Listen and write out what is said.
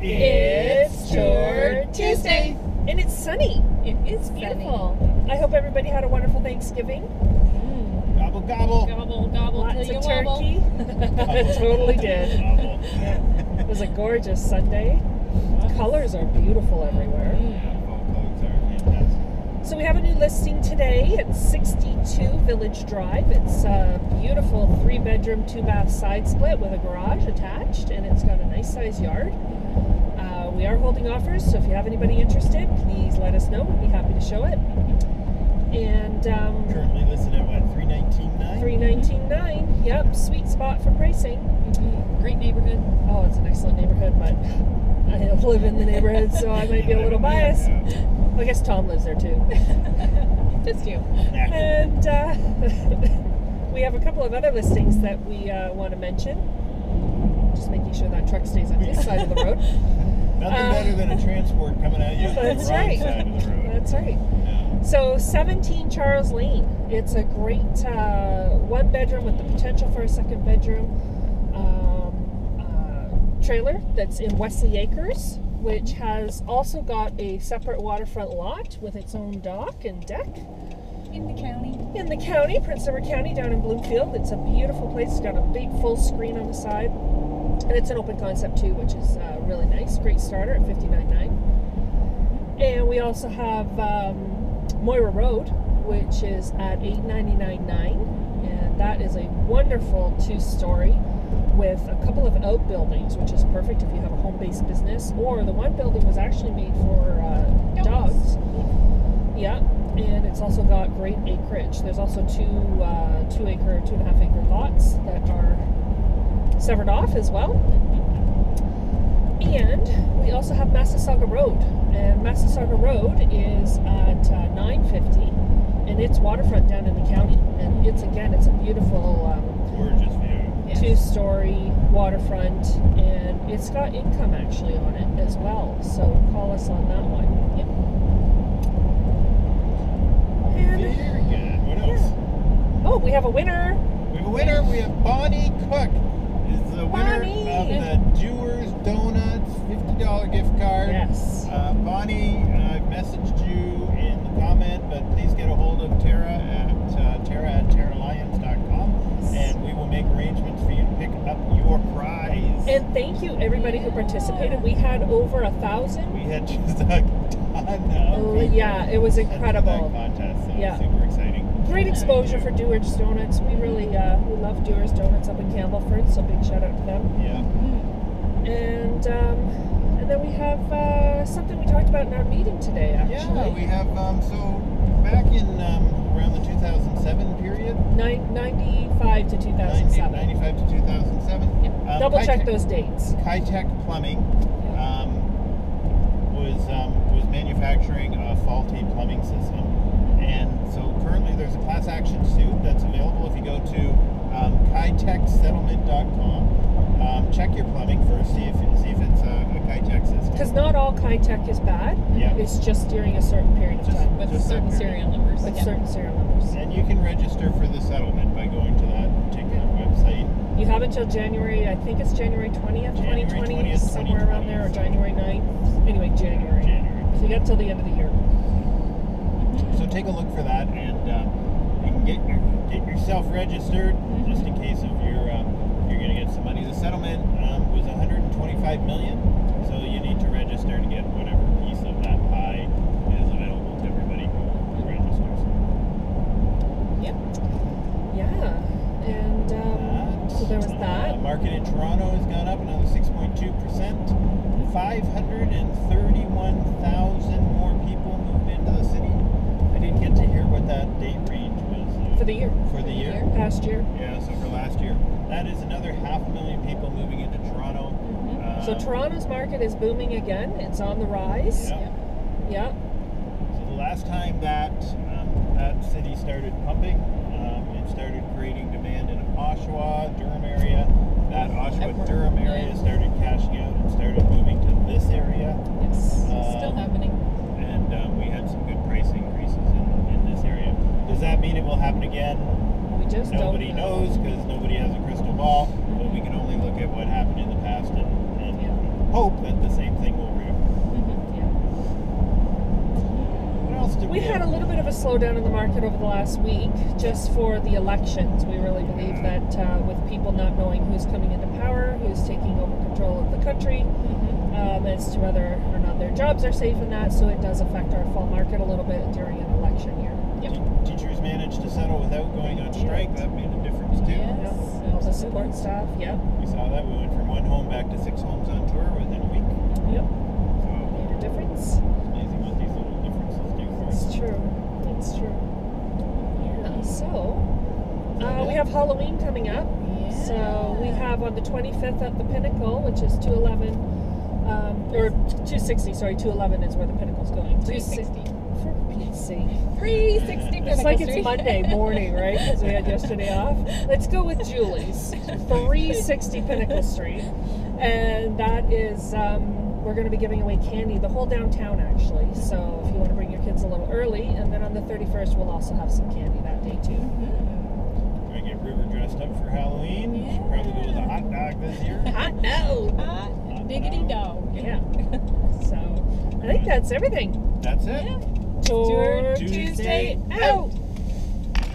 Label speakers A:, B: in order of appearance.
A: It's Tour Tuesday.
B: And it's sunny.
A: It is
B: Beautiful. I hope everybody had a wonderful Thanksgiving.
C: Gobble gobble.
A: Gobble gobble
B: Lots
A: till
B: of
A: you wobble.
B: turkey. I totally did.
C: Gobble.
B: It was a gorgeous Sunday. Colors are beautiful everywhere.
C: Yeah, fall colors are fantastic.
B: So we have a new listing today. It's 62 Village Drive. It's a beautiful three-bedroom, two-bath side split with a garage attached, and it's got a nice size yard. Uh, we are holding offers, so if you have anybody interested, please let us know. We'd be happy to show it. And um,
C: Currently listed at what, three nineteen nine?
B: three nineteen nine. Yep, sweet spot for pricing.
A: Mhm.
B: Mm-hmm.
A: Great neighborhood.
B: Oh, it's an excellent neighborhood, but I live in the neighborhood, so I might be a little biased. I guess Tom lives there too.
A: Just you.
B: And uh, we have a couple of other listings that we uh, want to mention. Just making sure that truck stays on this side of the road.
C: Nothing better than a transport coming at you from the
B: Um, That's
C: right
B: right.
C: side of the road.
B: That's right.
C: Yeah.
B: So 17 Charles Lane. It's a great uh, one bedroom with the potential for a second bedroom um, uh, trailer that's in Wesley Acres, which has also got a separate waterfront lot with its own dock and deck.
A: In the county.
B: in the county, Prince Edward County, down in Bloomfield. It's a beautiful place. It's got a big full screen on the side, and it's an open concept too, which is uh, really nice. Great starter at fifty nine nine. And we also have um, Moira Road, which is at eight ninety nine nine, and that is a wonderful two story with a couple of outbuildings, which is perfect if you have a home based business. Or the one building was actually made for uh,
A: Dogs.
B: dogs. Yeah, and it's also got great acreage. There's also two uh, two acre, two and a half acre lots that are severed off as well. And we also have Massasauga Road, and Massasauga Road is at uh, 950, and it's waterfront down in the county. And it's again, it's a beautiful um,
C: Gorgeous view.
A: Yes.
B: two story waterfront, and it's got income actually on it as well. So call us on that one. Yep. And
C: Very good. What else?
B: Oh, we have a winner.
C: We have a winner. We have Bonnie Cook. Is the winner
B: Bonnie.
C: of the Jewers Donuts $50 gift card.
B: Yes.
C: Uh, Bonnie, I messaged you in the comment, but please get a hold of Tara at uh, Tara at TaraLions.com and we will make arrangements for you to pick up your prize.
B: And thank you everybody who participated. We had over a thousand.
C: we had just a ton of
B: Oh,
C: people
B: yeah, it was
C: entered that
B: incredible.
C: contest, so
B: Yeah.
C: it's super exciting.
B: Great exposure for Dewar's Donuts. We really uh, we love Dewar's Donuts up in Campbellford, so big shout out to them.
C: Yeah.
B: Mm-hmm.
A: Mm.
B: And um, and then we have uh, something we talked about in our meeting today. Actually,
C: Yeah, we have um, so back in um, around the 2007 period,
B: Nine, 95 to 2007.
C: 1995 to 2007. um,
B: Double check
C: Kitech-
B: those dates.
C: Kitech Plumbing
B: Yeah.
C: um, was um, was manufacturing a faulty plumbing system, and so currently there's a class action suit that's available if you go to um, kitechsettlement.com. Um, check your plumbing first, see if see if it's a, a Kitech system.
B: Because not all Kitech is bad.
C: Yeah.
B: It's just during a certain period of
C: Just-
B: time
A: With
C: Just
A: certain
C: that
A: serial numbers.
B: with
A: Yeah.
B: certain serial numbers.
C: And you can register for the settlement by going to that particular website.
B: You have until January, I think it's January 20th,
C: January
B: 2020,
C: 20th,
B: somewhere around there, or
C: 2020,
B: January 9th. Anyway, January.
C: January.
B: So you got till the end of the year.
C: So take a look for that, and um, you can get your, get yourself registered
B: Mm-hmm.
C: just in case if you're um, you're going to get some money. The settlement um, was 125 million, so you need to register to get whatever piece of that pie is available to everybody who registers.
B: Yeah. And um, so there was
C: Uh,
B: that.
C: market in Toronto has gone up another 6.2 percent. 531,000 more people moved into the city. I didn't get to hear what that date range was uh,
B: for the year,
C: for the year.
B: past year.
C: Yeah, so for last year, that is another half a million people moving into Toronto.
A: Mhm.
C: Um,
B: So Toronto's market is booming again. It's on the rise.
C: Yeah.
B: Yeah.
C: So the last time that um, that city started pumping, um, it started creating demand in Oshawa, Durham area. That Oshawa,
A: Edward,
C: Durham
A: yeah.
C: area started cashing out and started moving to this area.
B: Yes.
A: Still
C: Um,
A: happening.
C: And um, we had some good price increases in, in this area. Does that mean it will happen again?
B: We just
C: Nobody
B: don't know.
C: knows because nobody has a crystal ball, but we can only look at what happened in the past and, and
B: Yeah.
C: hope that the same thing will reopen.
B: Yeah.
C: What else did we,
B: We had a little bit of a slowdown in the market over the last week just for the elections. We really believe that uh, with people not knowing who's coming into power, who's taking over control of the country, um, as to whether or not their jobs are safe in that. So it does affect our fall market a little bit during an election year.
C: Did teachers managed to settle without going on strike? That made a difference too.
A: Yeah.
B: Yep.
A: Yes,
B: All the support staff. Yep.
C: We saw that. We went from one home back to six homes on tour within a week.
B: Yep.
C: So
B: Made a difference.
C: it's amazing what these little differences do for us.
B: It's true. It's true. Yeah. So uh, we have Halloween coming up.
A: Yeah.
B: So we have on the 25th at the Pinnacle, which is 211, um, or 260, sorry, 211 is where the Pinnacle's going. 260.
A: 360.
B: For Pete's sake.
A: 360 Pinnacle
B: It's like it's
A: Street.
B: Monday morning, right? Because we had yesterday off. Let's go with Julie's. 360 Pinnacle Street. And that is, um, we're going to be giving away candy, the whole downtown actually. So if you want to bring your kids a little early, and then on the 31st, we'll also have some candy that day too.
A: Mm-hmm.
C: Do I get River dressed up for Halloween?
A: Yeah.
C: Should probably go with a hot dog this year.
B: Hot no!
A: Hot diggity dog.
B: Yeah. So I think that's everything.
C: That's it.
B: Tour
A: Tour Tuesday
B: out.